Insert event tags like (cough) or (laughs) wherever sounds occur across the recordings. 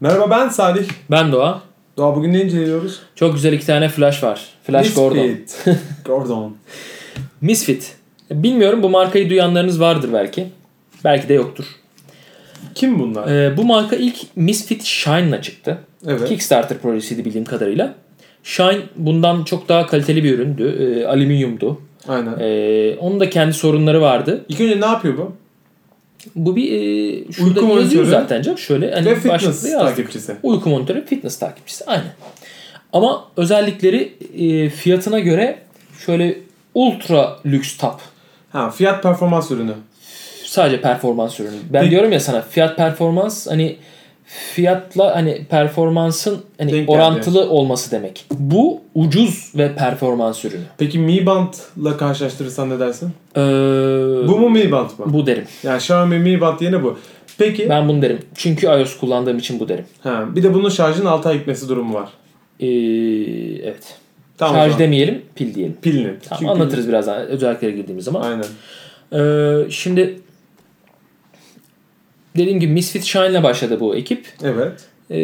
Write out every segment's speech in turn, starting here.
Merhaba ben Salih. Ben Doğa. Doğa bugün ne inceliyoruz? Çok güzel iki tane Flash var. Flash Misfit. Gordon. (laughs) Gordon. Misfit. Bilmiyorum bu markayı duyanlarınız vardır belki. Belki de yoktur. Kim bunlar? Ee, bu marka ilk Misfit Shine'la çıktı. Evet. Kickstarter projesiydi bildiğim kadarıyla. Shine bundan çok daha kaliteli bir üründü. Ee, alüminyumdu. Aynen. Ee, onun da kendi sorunları vardı. İlk önce ne yapıyor bu? Bu bir e, şurada Uyku yazıyor monitörü. zaten canım. Şöyle hani Ve başlıkta fitness yazdık. takipçisi. Uyku monitörü fitness takipçisi aynı. Ama özellikleri e, fiyatına göre şöyle ultra lüks tap. Ha fiyat performans ürünü. Sadece performans ürünü. Ben Peki. diyorum ya sana fiyat performans hani fiyatla hani performansın hani Denk geldi. orantılı olması demek. Bu ucuz ve performans ürünü. Peki Mi Band'la karşılaştırırsan ne dersin? Ee, Bu mu Mi Band mı? bu derim. Yani Xiaomi Mi Band yerine bu. Peki. Ben bunu derim. Çünkü iOS kullandığım için bu derim. Ha, bir de bunun şarjın 6 ay gitmesi durumu var. Ee, evet. Tamam. Şarj o zaman. demeyelim, pil diyelim. Pilini. Tamam, Çünkü- anlatırız birazdan özelliklere girdiğimiz zaman. Aynen. Ee, şimdi dediğim gibi Misfit Shine'la başladı bu ekip. Evet. Ee,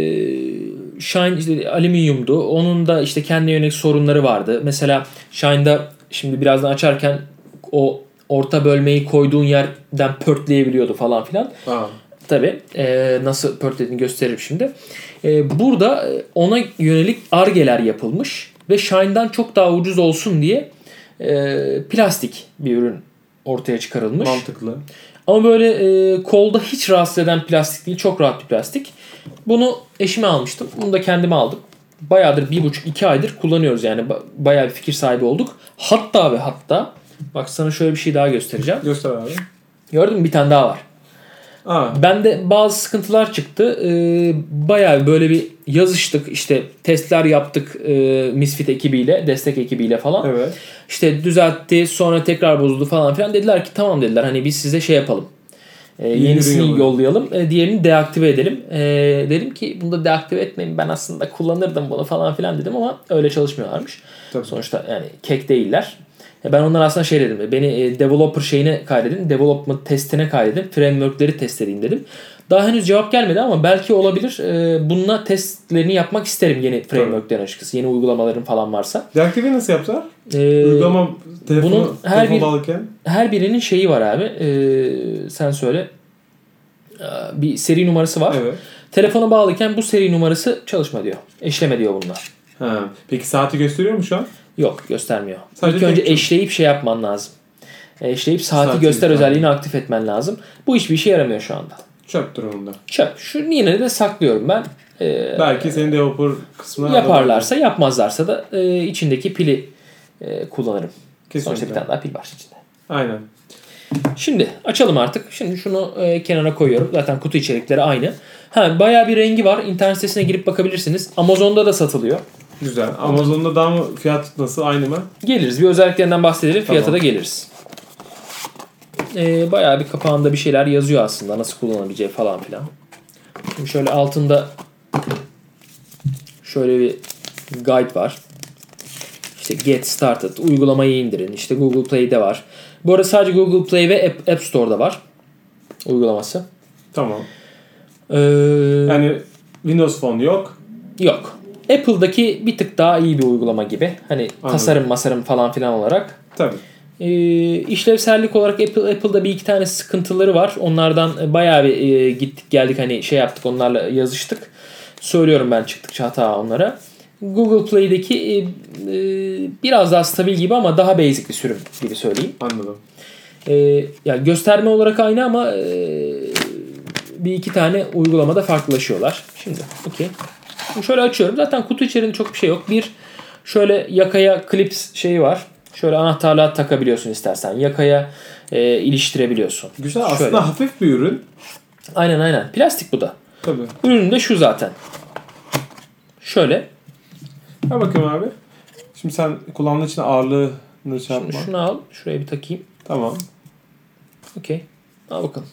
Shine işte alüminyumdu. Onun da işte kendine yönelik sorunları vardı. Mesela Shine'da şimdi birazdan açarken o orta bölmeyi koyduğun yerden pörtleyebiliyordu falan filan. Aa, Tabi nasıl pörtlediğini gösteririm şimdi. Ee, burada e, ona yönelik argeler yapılmış ve Shine'dan çok daha ucuz olsun diye e, plastik bir ürün ortaya çıkarılmış. mantıklı. Ama böyle e, kolda hiç rahatsız eden plastik değil. Çok rahat bir plastik. Bunu eşime almıştım. Bunu da kendime aldım. Bayağıdır bir buçuk iki aydır kullanıyoruz yani. Ba- bayağı bir fikir sahibi olduk. Hatta ve hatta bak sana şöyle bir şey daha göstereceğim. Göster abi. Gördün mü bir tane daha var. Aa, Bende bazı sıkıntılar çıktı. Ee, bayağı böyle bir yazıştık işte testler yaptık e, Misfit ekibiyle destek ekibiyle falan. evet. İşte düzeltti sonra tekrar bozuldu falan filan dediler ki tamam dediler hani biz size şey yapalım. E, Yeni yenisini bir yolu. yollayalım. E, diğerini deaktive edelim. E, dedim ki bunu da deaktive etmeyin. Ben aslında kullanırdım bunu falan filan dedim ama öyle çalışmıyorlarmış. Tabii. Sonuçta yani kek değiller. E, ben onlara aslında şey dedim. Beni e, developer şeyine kaydedin. Development testine kaydedin. Framework'leri test edeyim dedim. Daha henüz cevap gelmedi ama belki olabilir. E, bununla testlerini yapmak isterim yeni framework'lerin açıkçası. Yeni uygulamaların falan varsa. Deaktive nasıl yaptılar? E, Uygulama telefonu, bunun her telefon bir- bağlıken. her birinin şeyi var abi. Ee, sen söyle. Ee, Bir seri numarası var. Evet. Telefona bağlıyken bu seri numarası çalışma diyor. Eşleme diyor bununla. Ha. Peki saati gösteriyor mu şu an? Yok göstermiyor. Sadece İlk önce tek- eşleyip şey yapman lazım. Eşleyip saati, Saati göster göster. özelliğini aktif etmen lazım. Bu hiçbir işe yaramıyor şu anda. Çöp durumunda. Çöp. Şunu yine de saklıyorum ben. Ee, Belki senin developer kısmına yaparlarsa yapmazlarsa da e, içindeki pili e, kullanırım. Sonuçta bir Kesinlikle. tane daha pil var içinde. Aynen. Şimdi açalım artık. Şimdi şunu e, kenara koyuyorum. Zaten kutu içerikleri aynı. Ha bayağı bir rengi var. İnternet sitesine girip bakabilirsiniz. Amazon'da da satılıyor. Güzel. Amazon'da daha mı fiyat nasıl aynı mı? Geliriz. Bir özelliklerinden bahsedelim. Fiyata da Tamam. geliriz. E, bayağı bir kapağında bir şeyler yazıyor aslında. Nasıl kullanabileceği falan filan. Şimdi şöyle altında şöyle bir guide var. İşte get started. Uygulamayı indirin. İşte Google Play'de var. Bu arada sadece Google Play ve App, App Store'da var. Uygulaması. Tamam. Ee, Yani Windows Phone yok. yok. Apple'daki bir tık daha iyi bir uygulama gibi. Hani tasarım masarım falan filan olarak. Tabii. Ee, işlevsellik olarak Apple Apple'da bir iki tane sıkıntıları var. Onlardan bayağı bir e, gittik geldik hani şey yaptık onlarla yazıştık. Söylüyorum ben çıktıkça hata onlara. Google Play'deki e, e, biraz daha stabil gibi ama daha basic bir sürüm gibi söyleyeyim. Anladım. E, yani gösterme olarak aynı ama e, bir iki tane uygulamada farklılaşıyorlar. Şimdi okey. Şimdi Şöyle açıyorum. Zaten kutu içerisinde çok bir şey yok. Bir şöyle yakaya klips şeyi var. Şöyle anahtarlığa takabiliyorsun istersen. Yakaya e, iliştirebiliyorsun. Güzel. Şöyle. Aslında hafif bir ürün. Aynen aynen. Plastik bu da. Tabii. Ürünün de şu zaten. Şöyle. Ha bakayım abi. Şimdi sen kullandığın için ağırlığını şey Şimdi yapma. şunu al. Şuraya bir takayım. Tamam. Okey. Al bakalım.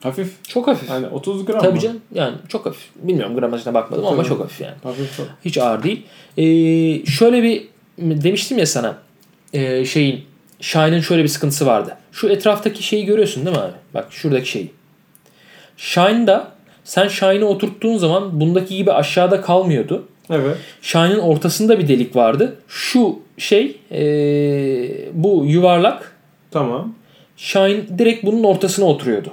Hafif. Çok hafif. Yani 30 gram Tabii mı? canım. Yani çok hafif. Bilmiyorum gramajına bakmadım ama Tabii. çok hafif yani. Hafif çok. Hiç ağır değil. Ee, şöyle bir demiştim ya sana ee, şeyin Shine'ın şöyle bir sıkıntısı vardı. Şu etraftaki şeyi görüyorsun değil mi abi? Bak şuradaki şeyi. Shine'da Sen Shine'ı oturttuğun zaman bundaki gibi aşağıda kalmıyordu. Evet. Shine'ın ortasında bir delik vardı. Şu şey eee, bu yuvarlak Tamam. Shine direkt bunun ortasına oturuyordu.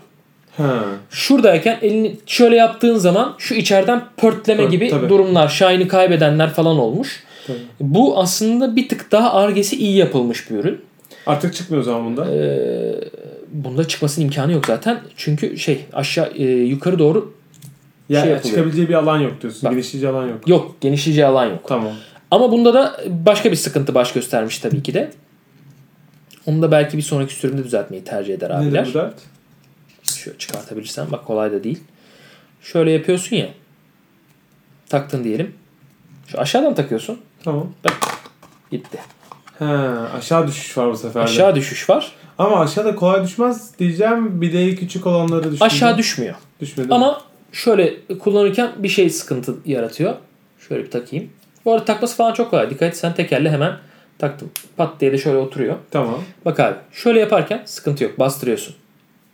Ha. Şuradayken elini şöyle yaptığın zaman şu içeriden pörtleme Pört- gibi tabii. durumlar, Shine'ı kaybedenler falan olmuş. Tabii. Bu aslında bir tık daha argesi iyi yapılmış bir ürün. Artık çıkmıyor o zaman bunda. Ee, Eee, bunda çıkmasının imkanı yok zaten. Çünkü şey aşağı eee, yukarı doğru ya şey yapılıyor. çıkabileceği bir alan yok diyorsun. Bak. Genişleyici alan yok. yok genişleyici alan yok. Tamam. Ama bunda da başka bir sıkıntı baş göstermiş tabii ki de. Onu da belki bir sonraki sürümde düzeltmeyi tercih eder abiler. Nedir bu dert? Şöyle çıkartabilirsen bak kolay da değil. Şöyle yapıyorsun ya. Taktın diyelim. Şu aşağıdan takıyorsun. Tamam. Gitti. Ha, aşağı düşüş var bu sefer de. Aşağı düşüş var. Ama aşağıda kolay düşmez diyeceğim. Bileği küçük olanları düşürdüm. Aşağı düşmüyor. düşmedi. mi? Ama şöyle kullanırken bir şey sıkıntı yaratıyor. Şöyle bir takayım. Bu arada takması falan çok kolay. Dikkat et sen tekerle hemen taktım. Pat diye de şöyle oturuyor. Tamam. Bak abi şöyle yaparken sıkıntı yok. Bastırıyorsun.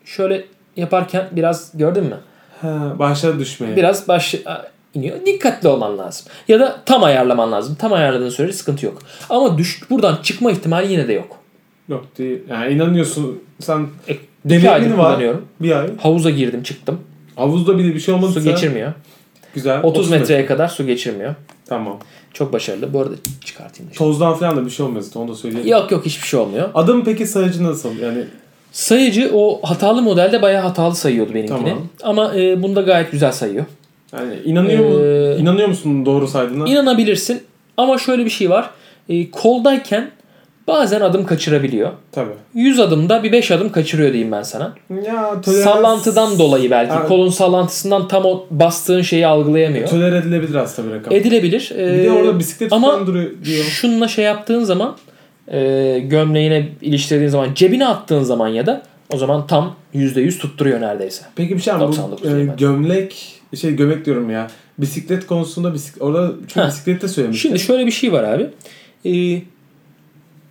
Şöyle yaparken biraz gördün mü? Ha, aşağı düşmeye. Biraz baş iniyor. Dikkatli olman lazım. Ya da tam ayarlaman lazım. Tam ayarladığın sürece sıkıntı yok. Ama düş buradan çıkma ihtimali yine de yok. Yok değil. Yani inanıyorsun sen E, iki aydır deneyimin var. kullanıyorum. Bir ay. Havuza girdim çıktım. Havuzda bile bir şey olmadı. Su geçirmiyor. Güzel. 30 metreye kadar su geçirmiyor. Tamam. Çok başarılı. Bu arada çıkartayım. da şunu. Tozdan falan da bir şey olmaz. Onu da söyleyeyim. Yok yok hiçbir şey olmuyor. Adım peki sayıcı nasıl? Yani Sayıcı o hatalı modelde bayağı hatalı sayıyordu benimkini. Tamam. Ama e, bunda gayet güzel sayıyor. yani inanıyor mu? Ee, İnanıyor musun doğru saydığına? İnanabilirsin ama şöyle bir şey var. E, koldayken bazen adım kaçırabiliyor. Tabii. 100 adımda bir 5 adım kaçırıyor diyeyim ben sana. Ya tolerans- Sallantıdan dolayı belki. Ha. Kolun sallantısından tam o bastığın şeyi algılayamıyor. Töler edilebilir aslında bir rakam. Edilebilir. E, bir de orada bisiklet ama falan duruyor diyor. şununla şey yaptığın zaman e, gömleğine iliştirdiğin zaman cebine attığın zaman ya da o zaman tam %100 tutturuyor neredeyse. Peki bir şey ama bu 99 e, diyeyim ben. gömlek şey gömlek diyorum ya. Bisiklet konusunda bisik orada çünkü Ha. bisiklet de söylemiş. Şimdi şöyle bir şey var abi. Ee,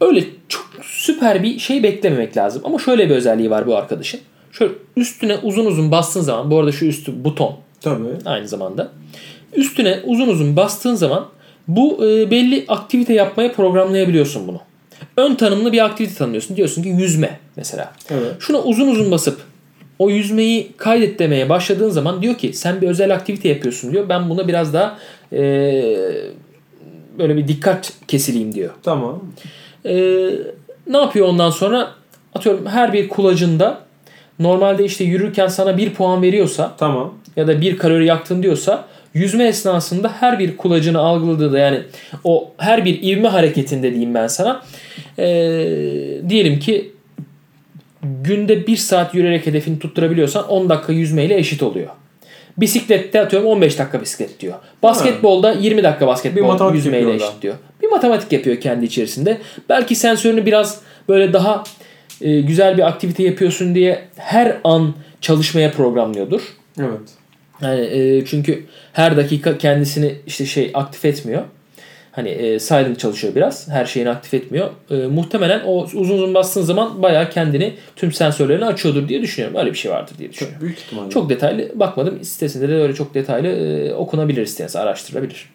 öyle çok süper bir şey beklememek lazım. Ama şöyle bir özelliği var bu arkadaşın. Şöyle üstüne uzun uzun bastığın zaman bu arada şu üstü buton Tabii. aynı zamanda. Üstüne uzun uzun bastığın zaman bu e, belli aktivite yapmaya programlayabiliyorsun bunu. Ön tanımlı bir aktivite tanımlıyorsun. Diyorsun ki yüzme mesela. Evet. Şuna uzun uzun basıp o yüzmeyi kaydet demeye başladığın zaman diyor ki sen bir özel aktivite yapıyorsun diyor. Ben buna biraz daha e, böyle bir dikkat kesileyim diyor. Tamam. E, ne yapıyor ondan sonra? Atıyorum her bir kulacında normalde işte yürürken sana bir puan veriyorsa Tamam. ya da bir kalori yaktın diyorsa yüzme esnasında her bir kulacını algıladığında yani o her bir ivme hareketinde diyeyim ben sana ee, diyelim ki günde 1 saat yürüyerek hedefini tutturabiliyorsan 10 dakika yüzmeyle eşit oluyor. Bisiklette atıyorum 15 dakika bisiklet diyor. Basketbolda 20 dakika Bir basketbol matematik yüzmeyle yapıyor orada. eşit diyor. Bir matematik yapıyor kendi içerisinde. Belki sensörünü biraz böyle daha e, güzel bir aktivite yapıyorsun diye her an çalışmaya programlıyordur. Evet. Yani e, çünkü her dakika kendisini işte şey aktif etmiyor. Hani e, silent çalışıyor biraz. Her şeyini aktif etmiyor. E, muhtemelen o uzun uzun bastığın zaman bayağı kendini tüm sensörlerini açıyordur diye düşünüyorum. Öyle bir şey vardır diye düşünüyorum. Büyük ihtimalle. Çok detaylı bakmadım. Sitesinde de öyle çok detaylı e, okunabilir isteyense araştırılabilir.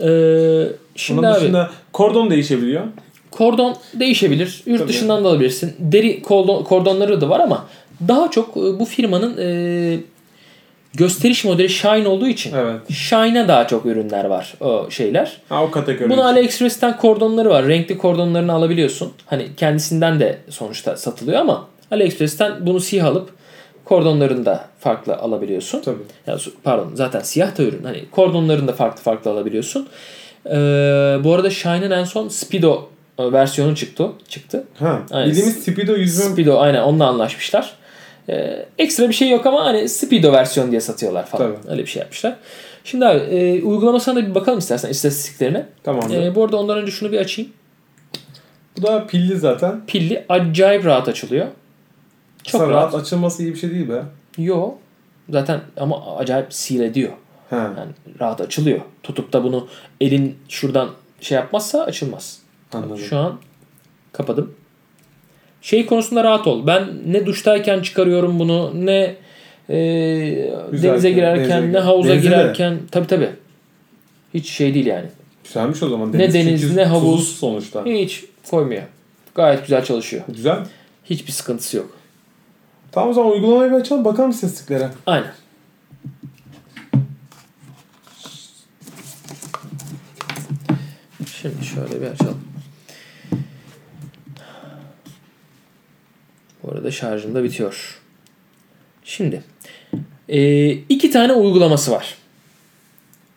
E, Onun şimdi abi dışında kordon değişebiliyor. kordon değişebilir. Yurt Tabii. dışından da alabilirsin. Deri kordon, kordonları da var ama daha çok e, bu firmanın e, gösteriş modeli Shine olduğu için Evet. Shine'a daha çok ürünler var o şeyler. Ha o kategori. Bunun AliExpress'ten kordonları var. Renkli kordonlarını alabiliyorsun. Hani kendisinden de sonuçta satılıyor ama AliExpress'ten bunu siyah alıp kordonlarını da farklı alabiliyorsun. Tabii. Ya su- pardon zaten siyah da ürün. Hani kordonlarını da farklı farklı alabiliyorsun. Ee, bu arada Shine'ın en son Speedo e, versiyonu çıktı. Çıktı. Ha. Aynen. Bildiğimiz Speedo yüzme Speedo aynen onunla anlaşmışlar. Ee, ekstra bir şey yok ama hani Speedo versiyon diye satıyorlar falan. Tabii. Öyle bir şey yapmışlar. Şimdi abi e, uygulamasına da bir bakalım istersen istatistiklerine. tamam. E, bu arada ondan önce şunu bir açayım. Bu da pilli zaten. Pilli acayip rahat açılıyor. Çok Aslında rahat. rahat açılması iyi bir şey değil be. Yo. Zaten ama acayip seal ediyor. Ha. Yani rahat açılıyor. Tutup da bunu elin şuradan şey yapmazsa açılmaz. Anladım. Şu an kapadım. Şey konusunda rahat ol. Ben ne duştayken çıkarıyorum bunu ne Ee, Güzel, denize girerken denize ne havuza Denize de. girerken tabi tabi. Hiç şey değil yani. Güzelmiş o zaman. Ne deniz, çünkü ne havuz. tuzlu sonuçta. Hiç koymuyor. Gayet güzel çalışıyor. Güzel. Hiçbir sıkıntısı yok. Tamam o zaman uygulamayı bir açalım. Bakalım istatistiklere. Aynen. Şimdi şöyle bir açalım. Bu arada şarjım da bitiyor. Şimdi eee, iki tane uygulaması var.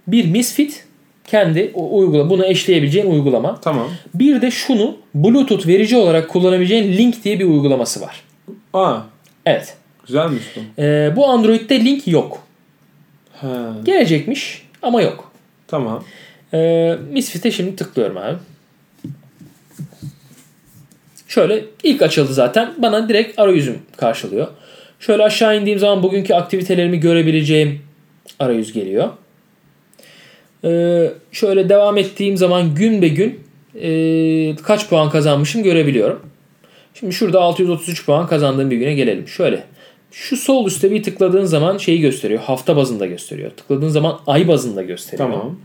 Bir Misfit kendi o uygula buna eşleyebileceğin uygulama. Tamam. Bir de şunu Bluetooth verici olarak kullanabileceğin Link diye bir uygulaması var. Aa Evet. güzelmiş bu. Eee, bu Android'de Link yok. He, Gelecekmiş ama yok. tamam. Ee, Misfit'e şimdi tıklıyorum abi. Şöyle ilk açıldı zaten. Bana direkt arayüzüm karşılıyor. Şöyle aşağı indiğim zaman bugünkü aktivitelerimi görebileceğim arayüz geliyor. Ee, şöyle devam ettiğim zaman gün be gün ee, kaç puan kazanmışım görebiliyorum. Şimdi şurada 633 puan kazandığım bir güne gelelim. Şöyle şu sol üstte bir tıkladığın zaman şeyi gösteriyor. Hafta bazında gösteriyor. Tıkladığın zaman ay bazında gösteriyor. Tamam.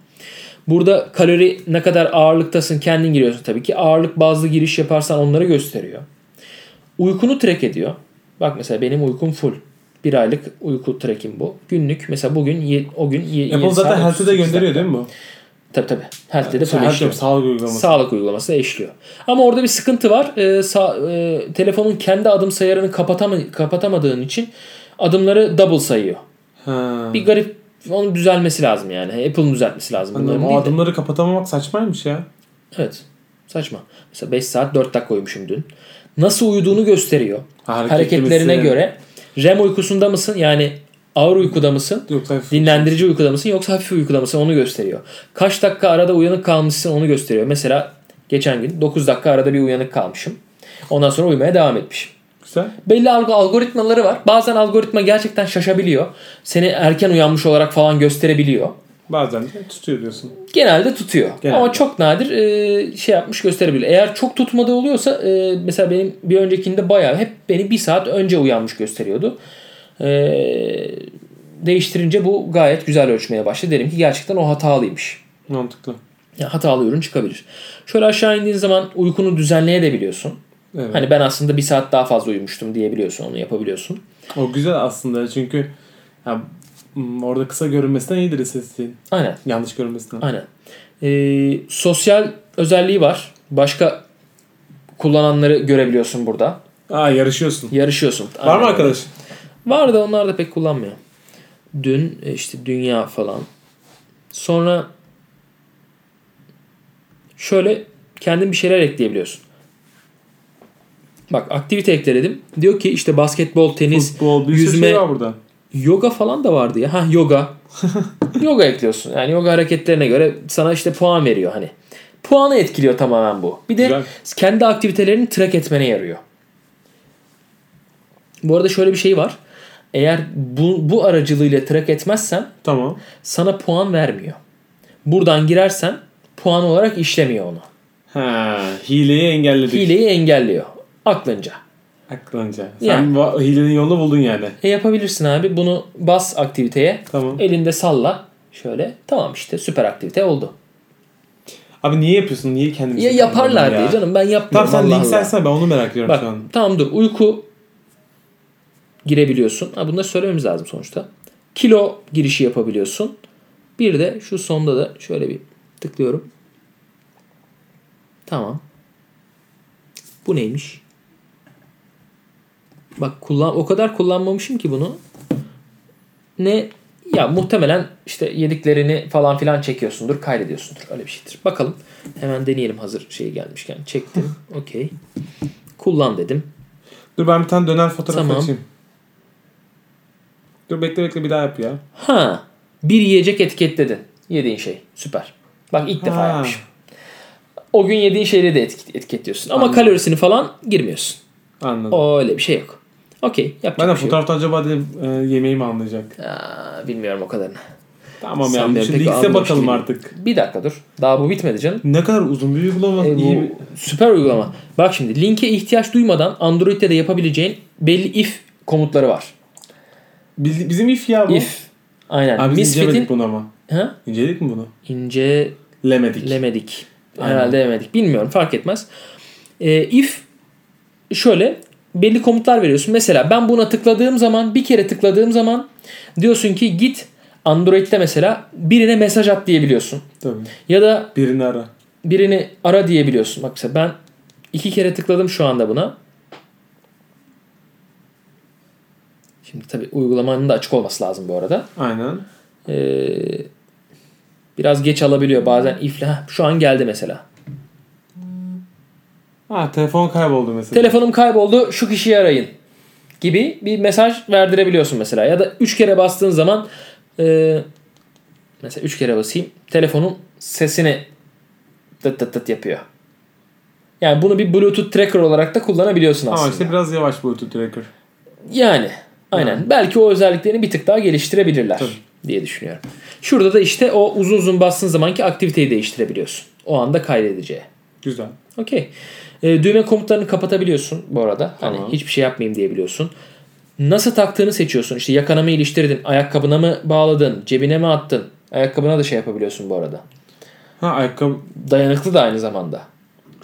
Burada kalori ne kadar ağırlıktasın kendin giriyorsun tabii ki. Ağırlık bazlı giriş yaparsan onları gösteriyor. Uykunu track ediyor. Bak mesela benim uykum full. Bir aylık uyku trackim bu. Günlük mesela bugün ye- o gün ye, Apple yedi zaten saat Health'e de 38 gönderiyor değil mi bu? Tabii tabii. Health'te de Şey, full Health eşliyor. diyorum, sağlık uygulaması. Sağlık uygulaması da eşliyor. Ama orada bir sıkıntı var. Ee, sağ- e, telefonun kendi adım sayarını kapatama- kapatamadığın için adımları double sayıyor. He. Bir garip onun düzelmesi lazım yani. Apple'ın düzeltmesi lazım. Anladım. Bunların O değil de. adımları kapatamamak saçmaymış ya. Evet. Saçma. Mesela 5 saat 4 dakika uyumuşum dün. Nasıl uyuduğunu gösteriyor. Hareketli Hareketlerine misin? göre. REM uykusunda mısın? Yani ağır uykuda mısın? Yok hayır. Dinlendirici uykuda mısın? Yoksa hafif uykuda mısın? Onu gösteriyor. Kaç dakika arada uyanık kalmışsın? Onu gösteriyor. Mesela geçen gün 9 dakika arada bir uyanık kalmışım. Ondan sonra uyumaya devam etmişim. Güzel. Belli alg- algoritmaları var. Bazen algoritma gerçekten şaşabiliyor. Seni erken uyanmış olarak falan gösterebiliyor Bazen de tutuyor diyorsun. genelde tutuyor. Genelde. Ama çok nadir e, şey yapmış gösterebilir. Eğer çok tutmadığı oluyorsa e, mesela benim bir öncekinde bayağı hep beni bir saat önce uyanmış gösteriyordu. E, değiştirince bu gayet güzel ölçmeye başladı. Derim ki gerçekten o hatalıymış. Mantıklı. Yani hatalı ürün çıkabilir. Şöyle aşağı indiğin zaman uykunu düzenleyebiliyorsun. Evet. Hani ben aslında bir saat daha fazla uyumuştum diyebiliyorsun. Onu yapabiliyorsun. O güzel aslında çünkü ya, m, orada kısa görünmesinden iyidir istatistiğin. Aynen. Yanlış görünmesinden. Aynen. Ee, sosyal özelliği var. Başka kullananları görebiliyorsun burada. Aa yarışıyorsun. Yarışıyorsun. Var mı Aynen. arkadaş? Var da onlar da pek kullanmıyor. Dün e, işte dünya falan. Sonra şöyle kendin bir şeyler ekleyebiliyorsun. Bak aktivite ekledim. Diyor ki işte basketbol, tenis, Futbol, bir sürü yüzme- şey var burada. yoga falan da vardı ya. Ha (laughs) yoga. yoga ekliyorsun. Yani yoga hareketlerine göre sana işte puan veriyor hani. Puanı etkiliyor tamamen bu. Bir de Güzel. kendi aktivitelerini track etmene yarıyor. Bu arada şöyle bir şey var. Eğer bu, bu aracılığıyla track etmezsen Tamam. sana puan vermiyor. Buradan girersen puan olarak işlemiyor onu. Ha, hileyi engelledik. Hileyi engelliyor aklınca. Aklınca. Sen Yani. va- hilenin yolunu buldun yani. E yapabilirsin abi bunu bas aktiviteye. Tamam. Elinde salla. Şöyle tamam işte süper aktivite oldu. Abi niye yapıyorsun? Niye kendini Ya yaparlar diye canım ben Tamam yapmıyorum. sen Allah link Allah. saysana ben onu merak ediyorum Bak şu an. tamam dur uyku girebiliyorsun. Ha, bunları söylememiz lazım sonuçta. Kilo girişi yapabiliyorsun. Bir de şu sonda da şöyle bir tıklıyorum. Tamam. Bu neymiş? Bak kullan o kadar kullanmamışım ki bunu. Ne ya muhtemelen işte yediklerini falan filan çekiyorsundur, kaydediyorsundur. Öyle bir şeydir. Bakalım. Hemen deneyelim hazır şey gelmişken. Çektim. Okey. Kullan dedim. Dur ben bir tane döner fotoğraf Tamam. açayım. Dur bekle bekle bir daha yap ya. Ha, bir yiyecek etiketledin. Yediğin şey. Süper. Bak ilk defa Ha. yapmışım. O gün yediğin şeyleri de etki- etiketliyorsun. Ama Anladım. kalorisini falan girmiyorsun. Anladım. O öyle bir şey yok. Okey. Yapacak ben de bir şey yok. fotoğrafta acaba dedim e, yemeği mi anlayacak? Aa, bilmiyorum o kadarını. Tamam Sen ya. benim Şimdi pek X'e anlamış bakalım değilim. artık. Bir dakika dur. Daha bu bitmedi canım. Ne kadar uzun bir uygulama. E, bu iyi bir- süper uygulama. Bak şimdi linke ihtiyaç duymadan Android'de de yapabileceğin belli if komutları var. Biz- Bizim if ya bu. If. Aynen. Abi biz incelemedik Misfit'in bunu ama. ha? İnceledik mi bunu? incelemedik. Lemedik. Aynen. Herhalde lemedik. Bilmiyorum fark etmez. Ee, if şöyle belli komutlar veriyorsun. Mesela ben buna tıkladığım zaman bir kere tıkladığım zaman diyorsun ki git Android'de mesela birine mesaj at diyebiliyorsun. Tabii. Ya da Birini ara. birini ara diyebiliyorsun. Bak mesela ben iki kere tıkladım şu anda buna. Şimdi tabii uygulamanın da açık olması lazım bu arada. Aynen. Ee, biraz geç alabiliyor bazen ifle. Heh, Şu an geldi mesela. Ha telefon kayboldu mesela. Telefonum kayboldu şu kişiyi arayın gibi bir mesaj verdirebiliyorsun mesela. Ya da üç kere bastığın zaman e, mesela üç kere basayım telefonun sesini tıt tıt tıt yapıyor. Yani bunu bir bluetooth tracker olarak da kullanabiliyorsun aslında. Ama işte biraz yavaş Bluetooth tracker. Yani aynen. Belki o özelliklerini bir tık daha geliştirebilirler Tabii. diye düşünüyorum. Şurada da işte o uzun uzun bastığın zamanki aktiviteyi değiştirebiliyorsun. O anda kaydedeceği. Güzel. Okey. Ee, düğme komutlarını kapatabiliyorsun bu arada. Tamam. Hani hiçbir şey yapmayayım diyebiliyorsun. Nasıl taktığını seçiyorsun. İşte yakana mı iliştirdin, ayakkabına mı bağladın, cebine mi attın? Ayakkabına da şey yapabiliyorsun bu arada. Ha ayakkabı Dayanıklı da aynı zamanda.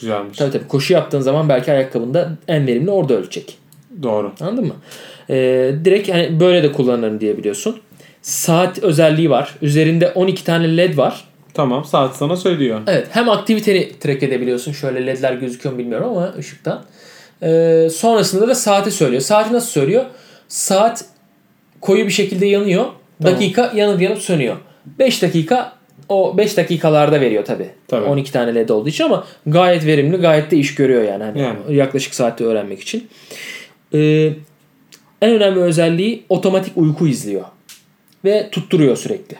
güzelmiş. Tabii tabii koşu yaptığın zaman belki ayakkabında en verimli orada ölçecek. Doğru. Anladın mı? Ee, direkt hani böyle de kullanırım diyebiliyorsun. Saat özelliği var. Üzerinde 12 tane led var. Tamam saat sana söylüyor. Evet hem aktiviteni track edebiliyorsun. Şöyle ledler gözüküyor mu bilmiyorum ama ışıktan. Ee, sonrasında da saati söylüyor. Saati nasıl söylüyor? Saat koyu bir şekilde yanıyor. Tamam. Dakika yanıp yanıp sönüyor. 5 dakika o 5 dakikalarda veriyor tabi. Tabii. 12 tane led olduğu için ama gayet verimli, gayet de iş görüyor yani. Hani Yani. Yaklaşık saati öğrenmek için. Ee, en önemli özelliği otomatik uyku izliyor. Ve tutturuyor sürekli.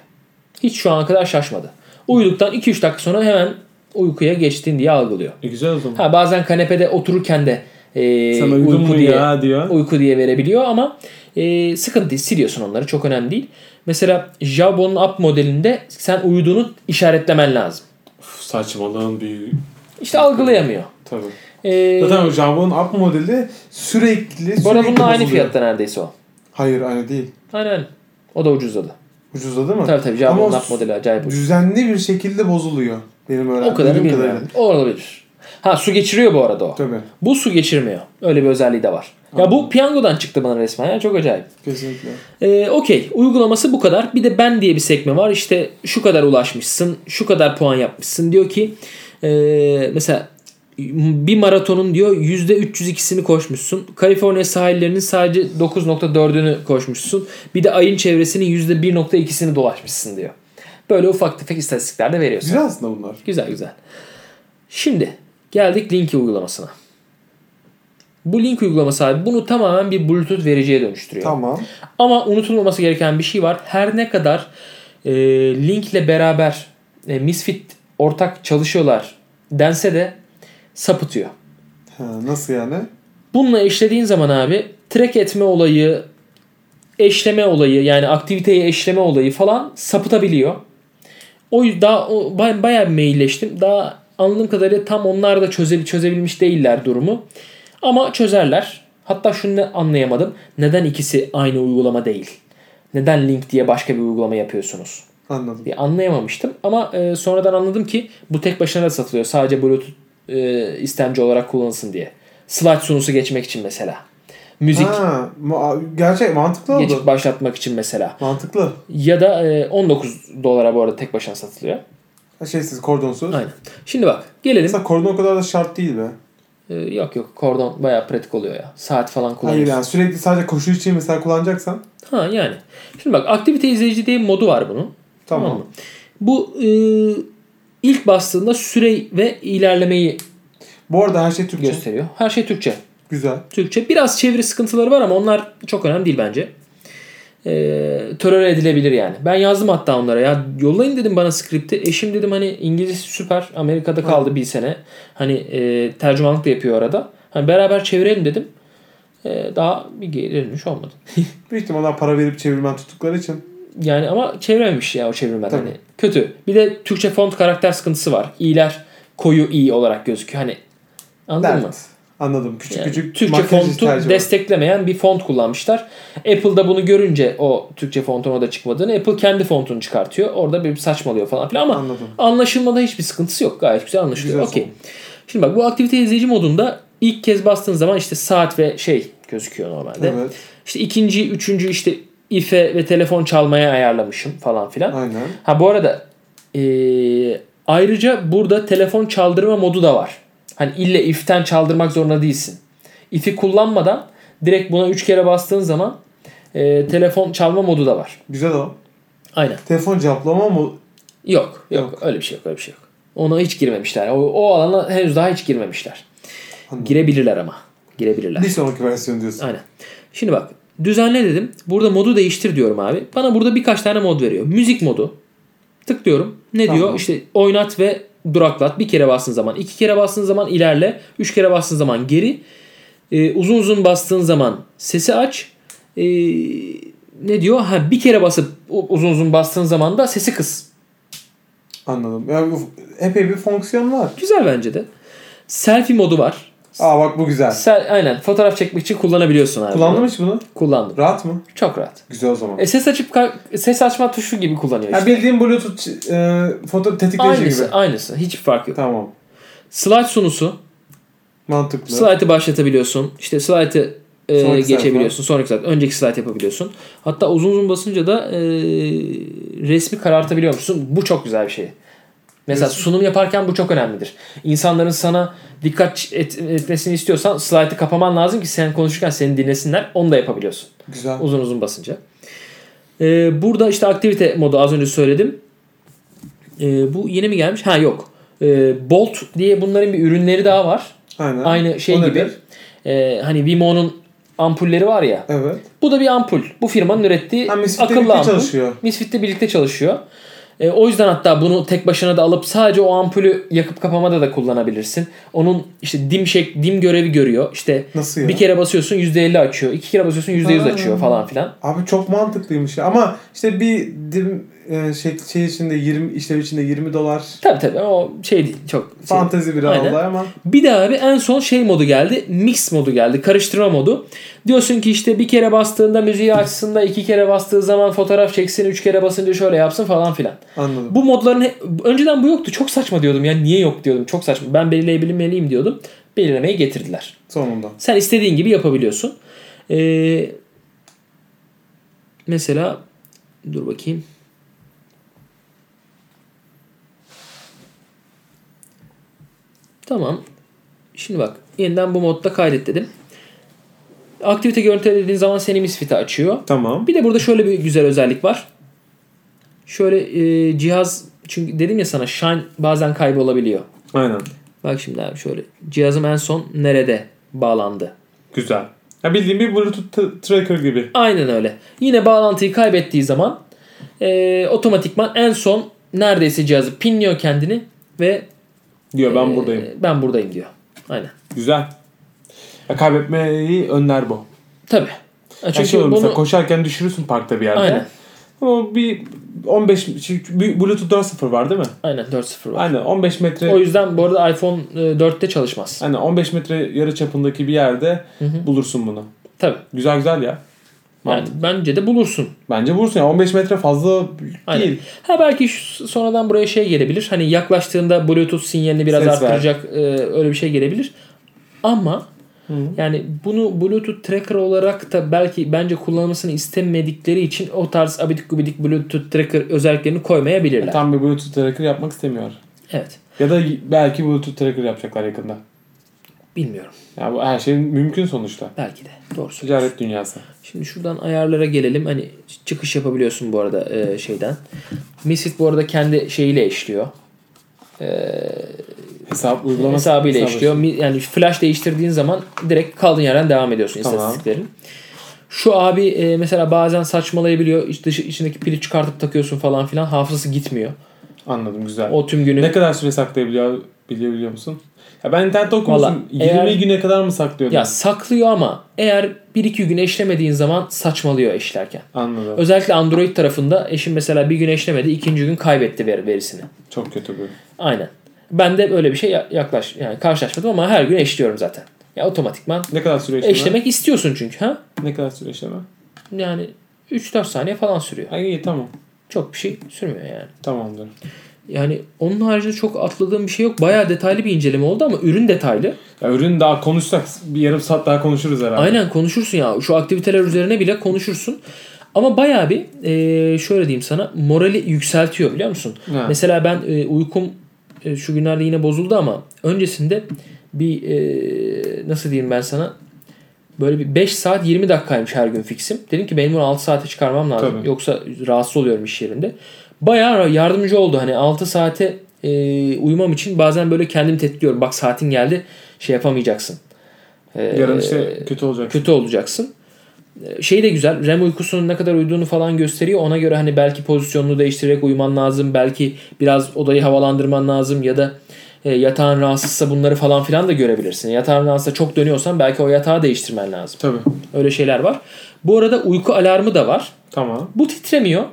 Hiç şu ana kadar şaşmadı. Uyuduktan 2-3 dakika sonra hemen uykuya geçtin diye algılıyor. E, güzel o zaman. Ha bazen kanepede otururken de e, Sana uyudun uyku mu diye ya diyor. uyku diye verebiliyor ama e, sıkıntı değil. Siliyorsun onları. Çok önemli değil. Mesela Jabo'nun app modelinde sen uyuduğunu işaretlemen lazım. Uf, saçmalığın büyüğü. İşte algılayamıyor. Tabii. E, Zaten o Jambon'un up modeli sürekli sürekli bu arada bununla aynı bozuluyor. fiyatta neredeyse o. Hayır aynı değil. Aynen. O da ucuzladı. Ucuzladı mı? Tabii tabii Ama Jabo'nun o app modeli acayip ucuz. düzenli bir şekilde bozuluyor. Benim öğrendiğim O kadarını kadarıyla. bilmiyorum. O olabilir. Ha su geçiriyor bu arada o. Tabii. Bu su geçirmiyor. Öyle bir özelliği de var. Ya bu piyangodan çıktı bana resmen ya. Çok acayip. Kesinlikle. Ee, Okey. Uygulaması bu kadar. Bir de ben diye bir sekme var. İşte şu kadar ulaşmışsın. Şu kadar puan yapmışsın. Diyor ki ee, mesela bir maratonun diyor %302'sini koşmuşsun. Kaliforniya sahillerinin sadece 9.4'ünü koşmuşsun. Bir de ayın çevresinin %1.2'sini dolaşmışsın diyor. Böyle ufak tefek istatistikler de veriyor. sana. Güzel aslında bunlar. Güzel güzel. Şimdi geldik Linky uygulamasına. Bu Link uygulaması abi bunu tamamen bir Bluetooth vericiye dönüştürüyor. Tamam. Ama unutulmaması gereken bir şey var. Her ne kadar e, Link'le beraber e, Misfit ortak çalışıyorlar dense de sapıtıyor. Ha, nasıl yani? Bununla eşlediğin zaman abi track etme olayı, eşleme olayı yani aktiviteyi eşleme olayı falan sapıtabiliyor. O yüzden daha o, bay- bayağı bir mailleştim. Daha anladığım kadarıyla tam onlar da çöze, çözebilmiş değiller durumu. Ama çözerler. Hatta şunu da anlayamadım. Neden ikisi aynı uygulama değil? Neden link diye başka bir uygulama yapıyorsunuz? Anladım. diye anlayamamıştım. Ama e, sonradan anladım ki bu tek başına da satılıyor. Sadece Bluetooth e, istemci olarak kullanılsın diye. Slide sunusu geçmek için mesela. Müzik Ha, mu- gerçek mantıklı oldu. geçip başlatmak için mesela. Mantıklı. Ya da e, 19 dolara bu arada tek başına satılıyor. Ha, şey, Şeysiz kordonsuz. Aynen. Şimdi bak gelelim. Mesela kordon o kadar da şart değil be. E, yok yok kordon bayağı pratik oluyor ya. Saat falan Hayır kullanıyorsun. yani sürekli sadece koşu için mesela kullanacaksan. Ha yani. Şimdi bak aktivite izleyici diye bir modu var bunun. Tamam. mı? Bu e, ilk bastığında süre ve ilerlemeyi Bu arada her şey Türkçe. gösteriyor. Her şey Türkçe. Güzel. Türkçe. Biraz çeviri sıkıntıları var ama onlar çok önemli değil bence. Ee, tolere edilebilir yani. Ben yazdım hatta onlara ya yollayın dedim bana skripti. Eşim dedim hani İngilizcesi süper. Amerika'da kaldı bir sene. Hani e, tercümanlık da yapıyor arada. Hani beraber çevirelim dedim. Ee, daha bir gelirmiş olmadı. Büyük ihtimalle para verip çevirmen tuttukları için. Yani ama çevirememiş ya o çevirmen Tabii. hani. Kötü. Bir de Türkçe font karakter sıkıntısı var. İ'ler koyu i olarak gözüküyor. Hani anladın mı? Dert. Anladım. Küçük Yani küçük Türkçe makyaj fontu ihtiyacı var. desteklemeyen bir font kullanmışlar. Apple da bunu görünce o Türkçe fontun orada çıkmadığını Apple kendi fontunu çıkartıyor. Orada bir saçmalıyor falan filan ama Anladım. anlaşılmada hiçbir sıkıntısı yok. Gayet güzel anlaşılıyor. Güzel Okey. Şimdi bak bu aktivite izleyici modunda ilk kez bastığın zaman işte saat ve şey gözüküyor normalde. Evet. İşte ikinci, üçüncü işte ife ve telefon çalmaya ayarlamışım falan filan. Aynen. Ha bu arada eee, ayrıca burada telefon çaldırma modu da var. Hani ille if'ten çaldırmak zorunda değilsin. If'i kullanmadan direkt buna 3 kere bastığın zaman eee, telefon çalma modu da var. Güzel o. Aynen. Telefon cevaplama mı? Yok, yok, öyle bir şey yok, öyle bir şey yok. Ona hiç girmemişler. O, o alana henüz daha hiç girmemişler. Anladım. Girebilirler ama. Girebilirler. Bir sonraki versiyon diyorsun. Aynen. Şimdi bak düzenle dedim. Burada modu değiştir diyorum abi. Bana burada birkaç tane mod veriyor. Müzik modu. Tıklıyorum. Ne Tamam. diyor? İşte oynat ve duraklat. Bir kere bastığın zaman, iki kere bastığın zaman ilerle. Üç kere bastığın zaman geri. Ee, uzun uzun bastığın zaman sesi aç. Ee, ne diyor? Ha bir kere basıp u- uzun uzun bastığın zaman da sesi kıs. Anladım. Yani bu- epey bir fonksiyon var. Güzel bence de. Selfie modu var. Aa bak bu güzel. Sel aynen fotoğraf çekmek için kullanabiliyorsun abi. Kullandın mı hiç bunu? Kullandım. Rahat mı? Çok rahat. Güzel o zaman. E, ses açıp ka- ses açma tuşu gibi kullanıyor Ha, işte. bildiğin Bluetooth e, foto tetikleyici aynısı, gibi. aynısı. Hiçbir fark yok. Tamam. Slide sunusu. Mantıklı. Slide'ı başlatabiliyorsun. İşte slide'ı e, Sonraki sayfa. geçebiliyorsun. Sonraki slide. Önceki slide yapabiliyorsun. Hatta uzun uzun basınca da e, resmi karartabiliyormuşsun. Bu çok güzel bir şey. Mesela Resmi- sunum yaparken bu çok önemlidir. İnsanların sana dikkat et- etmesini istiyorsan slide'ı kapaman lazım ki sen konuşurken seni dinlesinler. Onu da yapabiliyorsun. Güzel. Uzun uzun basınca. Ee, burada işte aktivite modu az önce söyledim. Ee, bu yeni mi gelmiş? Ha yok. Ee, Bolt diye bunların bir ürünleri daha var. Aynen. Aynı şey O gibi. nedir? Ee, hani Vimo'nun ampulleri var ya. Evet. Bu da bir ampul. Bu firmanın ürettiği Ha, Misfit'le akıllı birlikte ampul. çalışıyor. Misfit'le birlikte çalışıyor. Ee, o yüzden hatta bunu tek başına da alıp sadece o ampulü yakıp kapamada da kullanabilirsin. Onun işte dim şek dim görevi görüyor. İşte Nasıl ya? bir kere basıyorsun %50 açıyor. iki kere basıyorsun %100 Ha. açıyor falan filan. Abi çok mantıklıymış ya. Ama işte bir dim e, şey, şey içinde 20 işlev içinde 20 dolar Tabii tabii o şey değil çok şey. fantezi bir Aynen. aldı ama Bir de abi en son şey modu geldi. Mix modu geldi. Karıştırma modu. Diyorsun ki işte bir kere bastığında müziği açsın da iki kere bastığı zaman fotoğraf çeksin. Üç kere basınca şöyle yapsın falan filan. anladım. Bu modların he- önceden bu yoktu. Çok saçma diyordum. Yani niye yok diyordum. Çok saçma. Ben belirleyebilmeliyim diyordum. Belirlemeyi getirdiler. Sonunda. Sen istediğin gibi yapabiliyorsun. Ee, mesela dur bakayım. Tamam. Şimdi bak yeniden bu modda kaydet dedim. Aktivite görüntüle dediğin zaman seni misfite açıyor. Tamam. Bir de burada şöyle bir güzel özellik var. Şöyle e, cihaz çünkü dedim ya sana shine bazen kaybolabiliyor. Aynen. Bak şimdi abi şöyle cihazım en son nerede bağlandı? Güzel. Ya bildiğim bir Bluetooth t- tracker gibi. Aynen öyle. Yine bağlantıyı kaybettiği zaman e, otomatikman en son neredeyse cihazı pinliyor kendini ve Diyor ben e, buradayım. Ben buradayım diyor. Aynen. Güzel. Ya kaybetmeyi önler bu. Tabi. Çünkü Çünkü mesela bunu koşarken düşürürsün parkta bir yerde. Aynen. Ama bir 15 çünkü bir Bluetooth 4.0 var değil mi? aynen 4.0 var. Aynen 15 metre O yüzden bu arada iPhone e, 4'te çalışmaz. Aynen 15 metre yarı çapındaki bir yerde bulursun bunu. Tabi. Güzel güzel ya. Yani Mantıklı. bence de bulursun. Bence bulursun ya 15 metre fazla Aynen. değil. Ha belki şu- sonradan buraya şey gelebilir. Hani yaklaştığında Bluetooth sinyalini biraz Ses ver. arttıracak e, öyle bir şey gelebilir. Ama Hı. yani bunu Bluetooth tracker olarak da belki bence kullanılmasını istemedikleri için o tarz abidik gubidik Bluetooth tracker özelliklerini koymayabilirler. Tam bir Bluetooth tracker yapmak istemiyor. Evet. Ya da belki Bluetooth tracker yapacaklar yakında. Bilmiyorum. Ya bu her şey mümkün sonuçta. Belki de. Doğru söylüyorsun. Ticaret dünyası. Şimdi şuradan ayarlara gelelim. Hani çıkış yapabiliyorsun bu arada e, şeyden. Misfit bu arada kendi şeyiyle eşliyor. Hesap uygulaması hesabıyla hesabı işliyor. Mi- Yani flash değiştirdiğin zaman direkt kaldığın yerden devam ediyorsun Tamam. istatistiklerin. Şu abi e, mesela bazen saçmalayabiliyor. İç dışı, içindeki pili çıkartıp takıyorsun falan filan. Hafızası gitmiyor. Anladım güzel. O tüm günü Ne kadar süre saklayabiliyor biliyor, biliyor musun? Ya ben internette okumuşum. Vallahi 20 eğer- güne kadar mı saklıyordun? ya saklıyor ama eğer 1-2 gün eşlemediğin zaman saçmalıyor eşlerken. Anladım. Özellikle Android tarafında eşim mesela bir gün eşlemedi, ikinci gün kaybetti ver, verisini. Çok kötü bu. Aynen. Ben de böyle bir şey ya- yaklaş yani karşılaşmadım ama her gün eşliyorum zaten. Ya otomatikman Ne kadar sürüyor işleme? eşlemek istiyorsun çünkü ha? Ne kadar sürüyor işleme? Yani 3-4 saniye falan sürüyor. Ay iyi tamam. Çok bir şey sürmüyor yani. Tamamdır. Yani onun haricinde çok atladığım bir şey yok. Bayağı detaylı bir inceleme oldu ama ürün detaylı. Ya ürün daha konuşsak bir yarım saat daha konuşuruz herhalde. Aynen konuşursun ya. Şu aktiviteler üzerine bile konuşursun. Ama bayağı bir e, şöyle diyeyim sana morali yükseltiyor biliyor musun? Ha. Mesela ben e, uykum e, şu günlerde yine bozuldu ama öncesinde bir e, nasıl diyeyim ben sana böyle bir 5 saat 20 dakikaymış her gün fiksim. Dedim ki benim bunu 6 saate çıkarmam lazım. Tabii. Yoksa rahatsız oluyorum iş yerinde. Bayağı ra- yardımcı oldu hani 6 saate e, uyumam için bazen böyle kendimi tetikliyorum. Bak saatin geldi şey yapamayacaksın. E, Yarın işte kötü olacak. kötü olacaksın. Ee, Şey de güzel. REM uykusunun ne kadar uyuduğunu falan gösteriyor. Ona göre hani belki pozisyonunu değiştirerek uyuman lazım. Belki biraz odayı havalandırman lazım ya da e, yatağın rahatsızsa bunları falan filan da görebilirsin. Yatağın rahatsızsa çok dönüyorsan belki o yatağı değiştirmen lazım. Tabii. Öyle şeyler var. Bu arada uyku alarmı da var. Tamam. Bu titremiyor.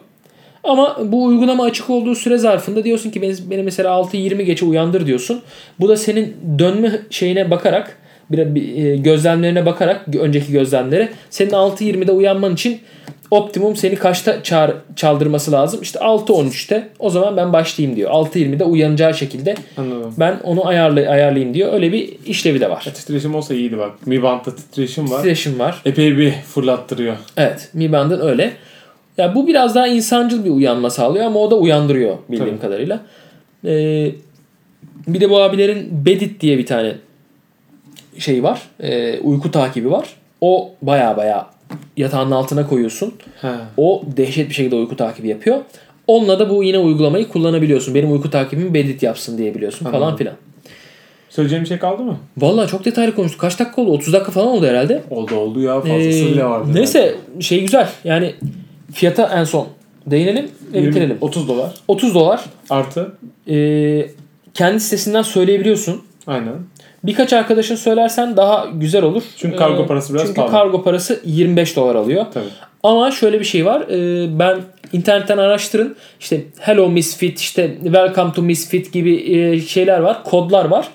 Ama bu uygulama açık olduğu süre zarfında diyorsun ki beni, beni mesela 6.20 geçe uyandır diyorsun. Bu da senin dönme şeyine bakarak bir, bir- e, gözlemlerine bakarak gö- önceki gözlemlere senin 6.20'de uyanman için optimum seni kaçta çağır, çaldırması lazım? İşte 6.13'te o zaman ben başlayayım diyor. 6.20'de uyanacağı şekilde Anladım. ben onu ayarlay ayarlayayım diyor. Öyle bir işlevi de var. Ya, titreşim olsa iyiydi bak. Mi Band'da titreşim var. Titreşim var. Epey bir fırlattırıyor. Evet, Mi Band'ın öyle. Ya bu biraz daha insancıl bir uyanma sağlıyor ama o da uyandırıyor bildiğim Tabii. kadarıyla. Ee, bir de bu abilerin Bedit diye bir tane şey var. Ee, uyku takibi var. O baya baya yatağın altına koyuyorsun. Ha. O dehşet bir şekilde uyku takibi yapıyor. Onunla da bu yine uygulamayı kullanabiliyorsun. Benim uyku takibimi Bedit yapsın diyebiliyorsun falan Anladım. filan. Söyleyeceğim bir şey kaldı mı? Vallahi çok detaylı konuştuk. Kaç dakika oldu? 30 dakika falan oldu herhalde. Oldu oldu ya. Fazlası Ee, bile vardı. Neyse şey güzel. Yani fiyata en son değinelim ve Yirmi- bitirelim. 30 dolar 30 dolar. artı. Ee, kendi sitesinden söyleyebiliyorsun. Aynen. Birkaç arkadaşın söylersen daha güzel olur. Ee, Çünkü kargo parası biraz çünkü pahalı. kargo parası 25 dolar alıyor. Tabii. Ama şöyle bir şey var. Ee, ben internetten araştırın. İşte Hello Misfit, işte Welcome to Misfit gibi e, şeyler var. Kodlar var.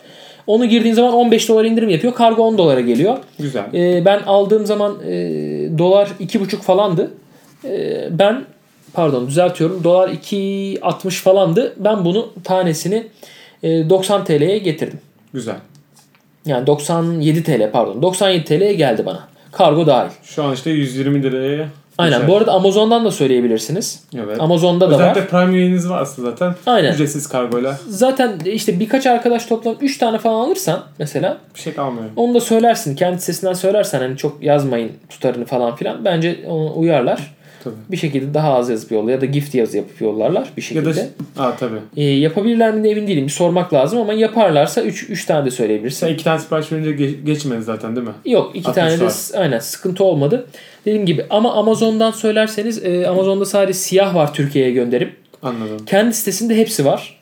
Onu girdiğin zaman 15 dolar indirim yapıyor. Kargo 10 dolara geliyor. Güzel. Ee, ben aldığım zaman e, dolar iki buçuk falandı. Ee, ben pardon düzeltiyorum. Dolar 2.60 falandı. Ben bunu tanesini e, 90 TL'ye getirdim. Güzel. Yani 97 TL pardon. 97 TL'ye geldi bana. Kargo dahil. Şu an işte 120 liraya. Aynen. Güzel. Bu arada Amazon'dan da söyleyebilirsiniz. Evet. Amazon'da da var. Özellikle Prime üyeniz varsa zaten. Aynen. Ücretsiz kargoyla Zaten işte birkaç arkadaş toplam 3 tane falan alırsan mesela bir şey kalmıyor. Onu da söylersin. Kendi sitesinden söylersen hani çok yazmayın tutarını falan filan. Bence onu uyarlar. Tabii. Bir şekilde daha az yazıp yolla ya da gift yazı yapıp yollarlar bir Ya şekilde. da Aa, tabii. Ee, yapabilirler mi de emin değilim. Bir sormak lazım ama yaparlarsa 3 tane de Sen söyleyebilirsin. iki tane sipariş verince ge- geçmedi zaten değil mi? Yok iki 60 tane de var. s- aynen sıkıntı olmadı. Dediğim gibi ama Amazon'dan söylerseniz e, Amazon'da sadece siyah var Türkiye'ye gönderim. Anladım. Kendi sitesinde hepsi var.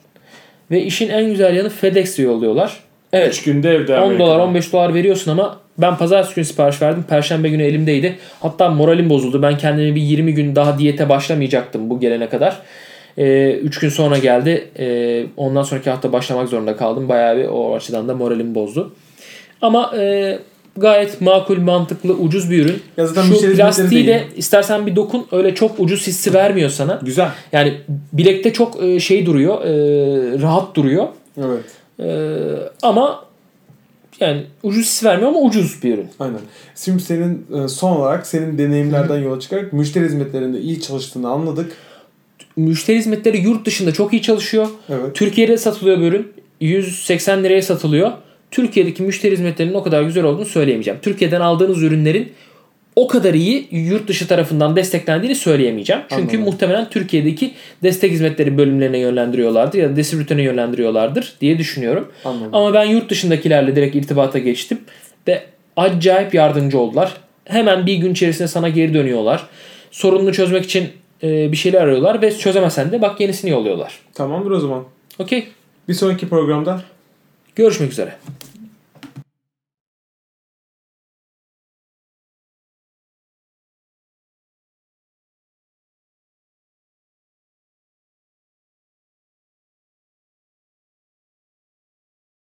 Ve işin en güzel yanı FedEx'le yolluyorlar. Evet. 3 günde evde 10 Amerika'da. dolar 15 dolar veriyorsun ama ben pazartesi günü sipariş verdim. Perşembe günü elimdeydi. Hatta moralim bozuldu. Ben kendimi bir 20 gün daha diyete başlamayacaktım bu gelene kadar. 3 gün sonra geldi. Ee, ondan sonraki hafta başlamak zorunda kaldım. Bayağı bir o açıdan da moralim bozdu. Ama e, gayet makul, mantıklı, ucuz bir ürün. Ya zaten Şu müşteri plastiği hizmetleri de değil. istersen bir dokun. Öyle çok ucuz hissi vermiyor sana. Güzel. Yani bilekte çok e, şey duruyor. e, rahat duruyor. Evet. Ee, ama yani ucuz his vermiyor ama ucuz bir ürün. Aynen. Şimdi senin e, son olarak senin deneyimlerden yola çıkarak müşteri hizmetlerinde iyi çalıştığını anladık. Müşteri hizmetleri yurt dışında çok iyi çalışıyor. Evet. Türkiye'de satılıyor bir ürün. 180 liraya satılıyor. Türkiye'deki müşteri hizmetlerinin o kadar güzel olduğunu söyleyemeyeceğim. Türkiye'den aldığınız ürünlerin o kadar iyi yurt dışı tarafından desteklendiğini söyleyemeyeceğim. Çünkü Anladım. muhtemelen Türkiye'deki destek hizmetleri bölümlerine yönlendiriyorlardır ya da distribütörüne yönlendiriyorlardır diye düşünüyorum. Anladım. Ama ben yurt dışındakilerle direkt irtibata geçtim ve acayip yardımcı oldular. Hemen bir gün içerisinde sana geri dönüyorlar. Sorununu çözmek için e, bir şeyler arıyorlar ve çözemesen de bak yenisini yolluyorlar. Tamamdır o zaman. Okey. Bir sonraki programda Görüşmek üzere.